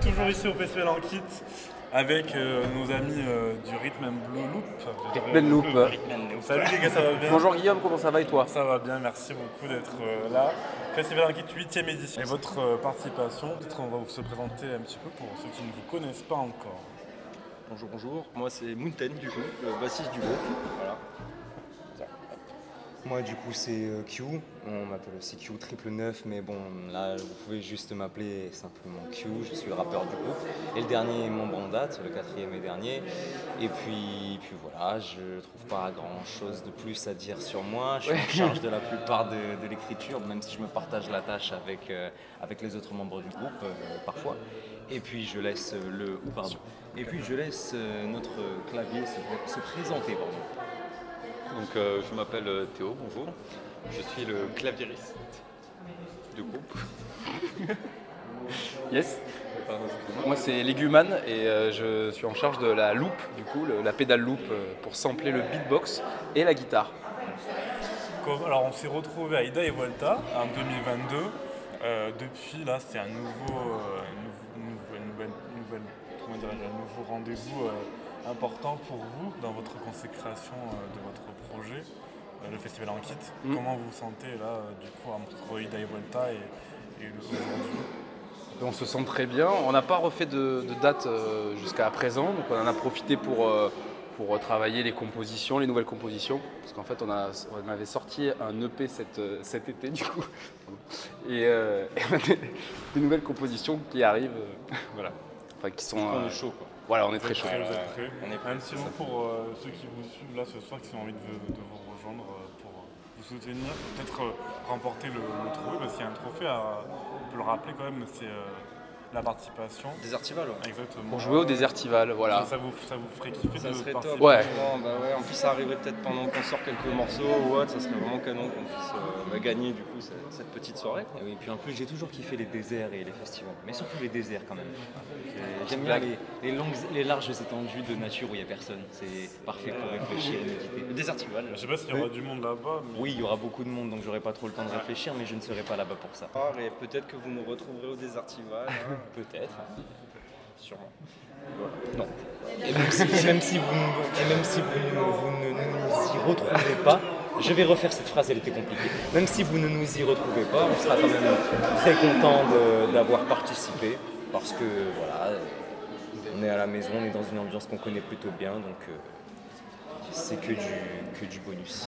toujours ici au Festival en kit avec euh, nos amis euh, du Rhythm and Blue Loop. Rhythm and Loop. Le Rhythm and Loop. Salut les gars, ça va bien Bonjour Guillaume, comment ça va et toi Ça va bien, merci beaucoup d'être euh, là. Festival Inquiet 8ème édition. Et votre euh, participation, peut-être on va se présenter un petit peu pour ceux qui ne vous connaissent pas encore. Bonjour, bonjour. Moi, c'est Mountain, du coup, le bassiste du groupe. Voilà. Moi du coup c'est euh, Q, on m'appelle aussi Q triple neuf mais bon là vous pouvez juste m'appeler simplement Q, je suis le rappeur du groupe et le dernier membre en date, le quatrième et dernier et puis, puis voilà je trouve pas grand chose de plus à dire sur moi, je suis en charge de la plupart de, de l'écriture même si je me partage la tâche avec, euh, avec les autres membres du groupe euh, parfois et puis je laisse euh, le... ou pardon. Et puis je laisse euh, notre clavier se, se présenter pardon. Donc euh, je m'appelle euh, Théo, bonjour. Je suis le Euh, claviériste du groupe. Yes. Pardon, excusez-moi. Moi c'est Léguman et euh, je suis en charge de la loupe, du coup, le- la pédale loupe euh, pour sampler le beatbox et la guitare. Comme- Alors on s'est retrouvé à Ida et Volta en 2022. Euh, depuis là c'est un nouveau, euh, nou- nouvel- nouvel- nouvelle- comment dirais-je, un nouveau rendez-vous euh, important pour vous dans votre consécration euh, de votre projet, euh, le festival en kit. Mm. Comment vous vous sentez là euh, du coup entre Ida et Volta et, et le- aujourd'hui Et On se sent très bien. On n'a pas refait de, de date euh, jusqu'à présent, donc on en a profité pour, euh, pour travailler les compositions, les nouvelles compositions. Parce qu'en fait, on, a- on avait sorti un EP cet, euh, cet été, du coup. Et, euh, et on a des, des nouvelles compositions qui arrivent, euh, voilà. Enfin, qui sont. On euh, est chaud quoi. voilà, on est très chaud. Vous êtes prêts On est prêts, Un petit c'est mot ça. pour euh, ceux qui vous suivent là ce soir, qui ont envie de, de vous rejoindre euh, pour vous soutenir, peut-être euh, remporter le, le trophée, parce qu'il y a un trophée, à, on peut le rappeler quand même, c'est euh, la participation. Des artivals, ouais. Exactement. Pour jouer au Désertival, voilà. Ça, ça vous, ça vous ferait kiffer Ça de serait participer top. Ouais. franchement, bah ouais, en plus, ça arriverait peut-être pendant qu'on sort quelques morceaux ou autre. Ça serait vraiment canon qu'on puisse euh, bah, gagner du coup cette, cette petite soirée. quoi. Et oui, puis en plus j'ai toujours kiffé les déserts et les festivals, mais surtout les déserts quand même. Euh, J'aime bien Blague. les, les longues, les larges étendues de nature où il n'y a personne. C'est parfait Euh, pour réfléchir et méditer. Des artivals. Je sais pas s'il y aura du monde là-bas, mais Oui, il y aura beaucoup de monde, donc j'aurai pas trop le temps de réfléchir, mais je ne serai pas là-bas pour ça. Ah, Et peut-être que vous nous retrouverez au Désartival. hein. Peut-être. Sûrement. Et même si, et même si vous, ne- et même si vous, ne- vous ne nous y retrouvez pas, je vais refaire cette phrase, elle était compliquée. Même si vous ne nous y retrouvez pas, on sera quand même très content de- d'avoir participé parce que voilà, on est à la maison, on est dans une ambiance qu'on connaît plutôt bien, donc euh, c'est que du, que du bonus.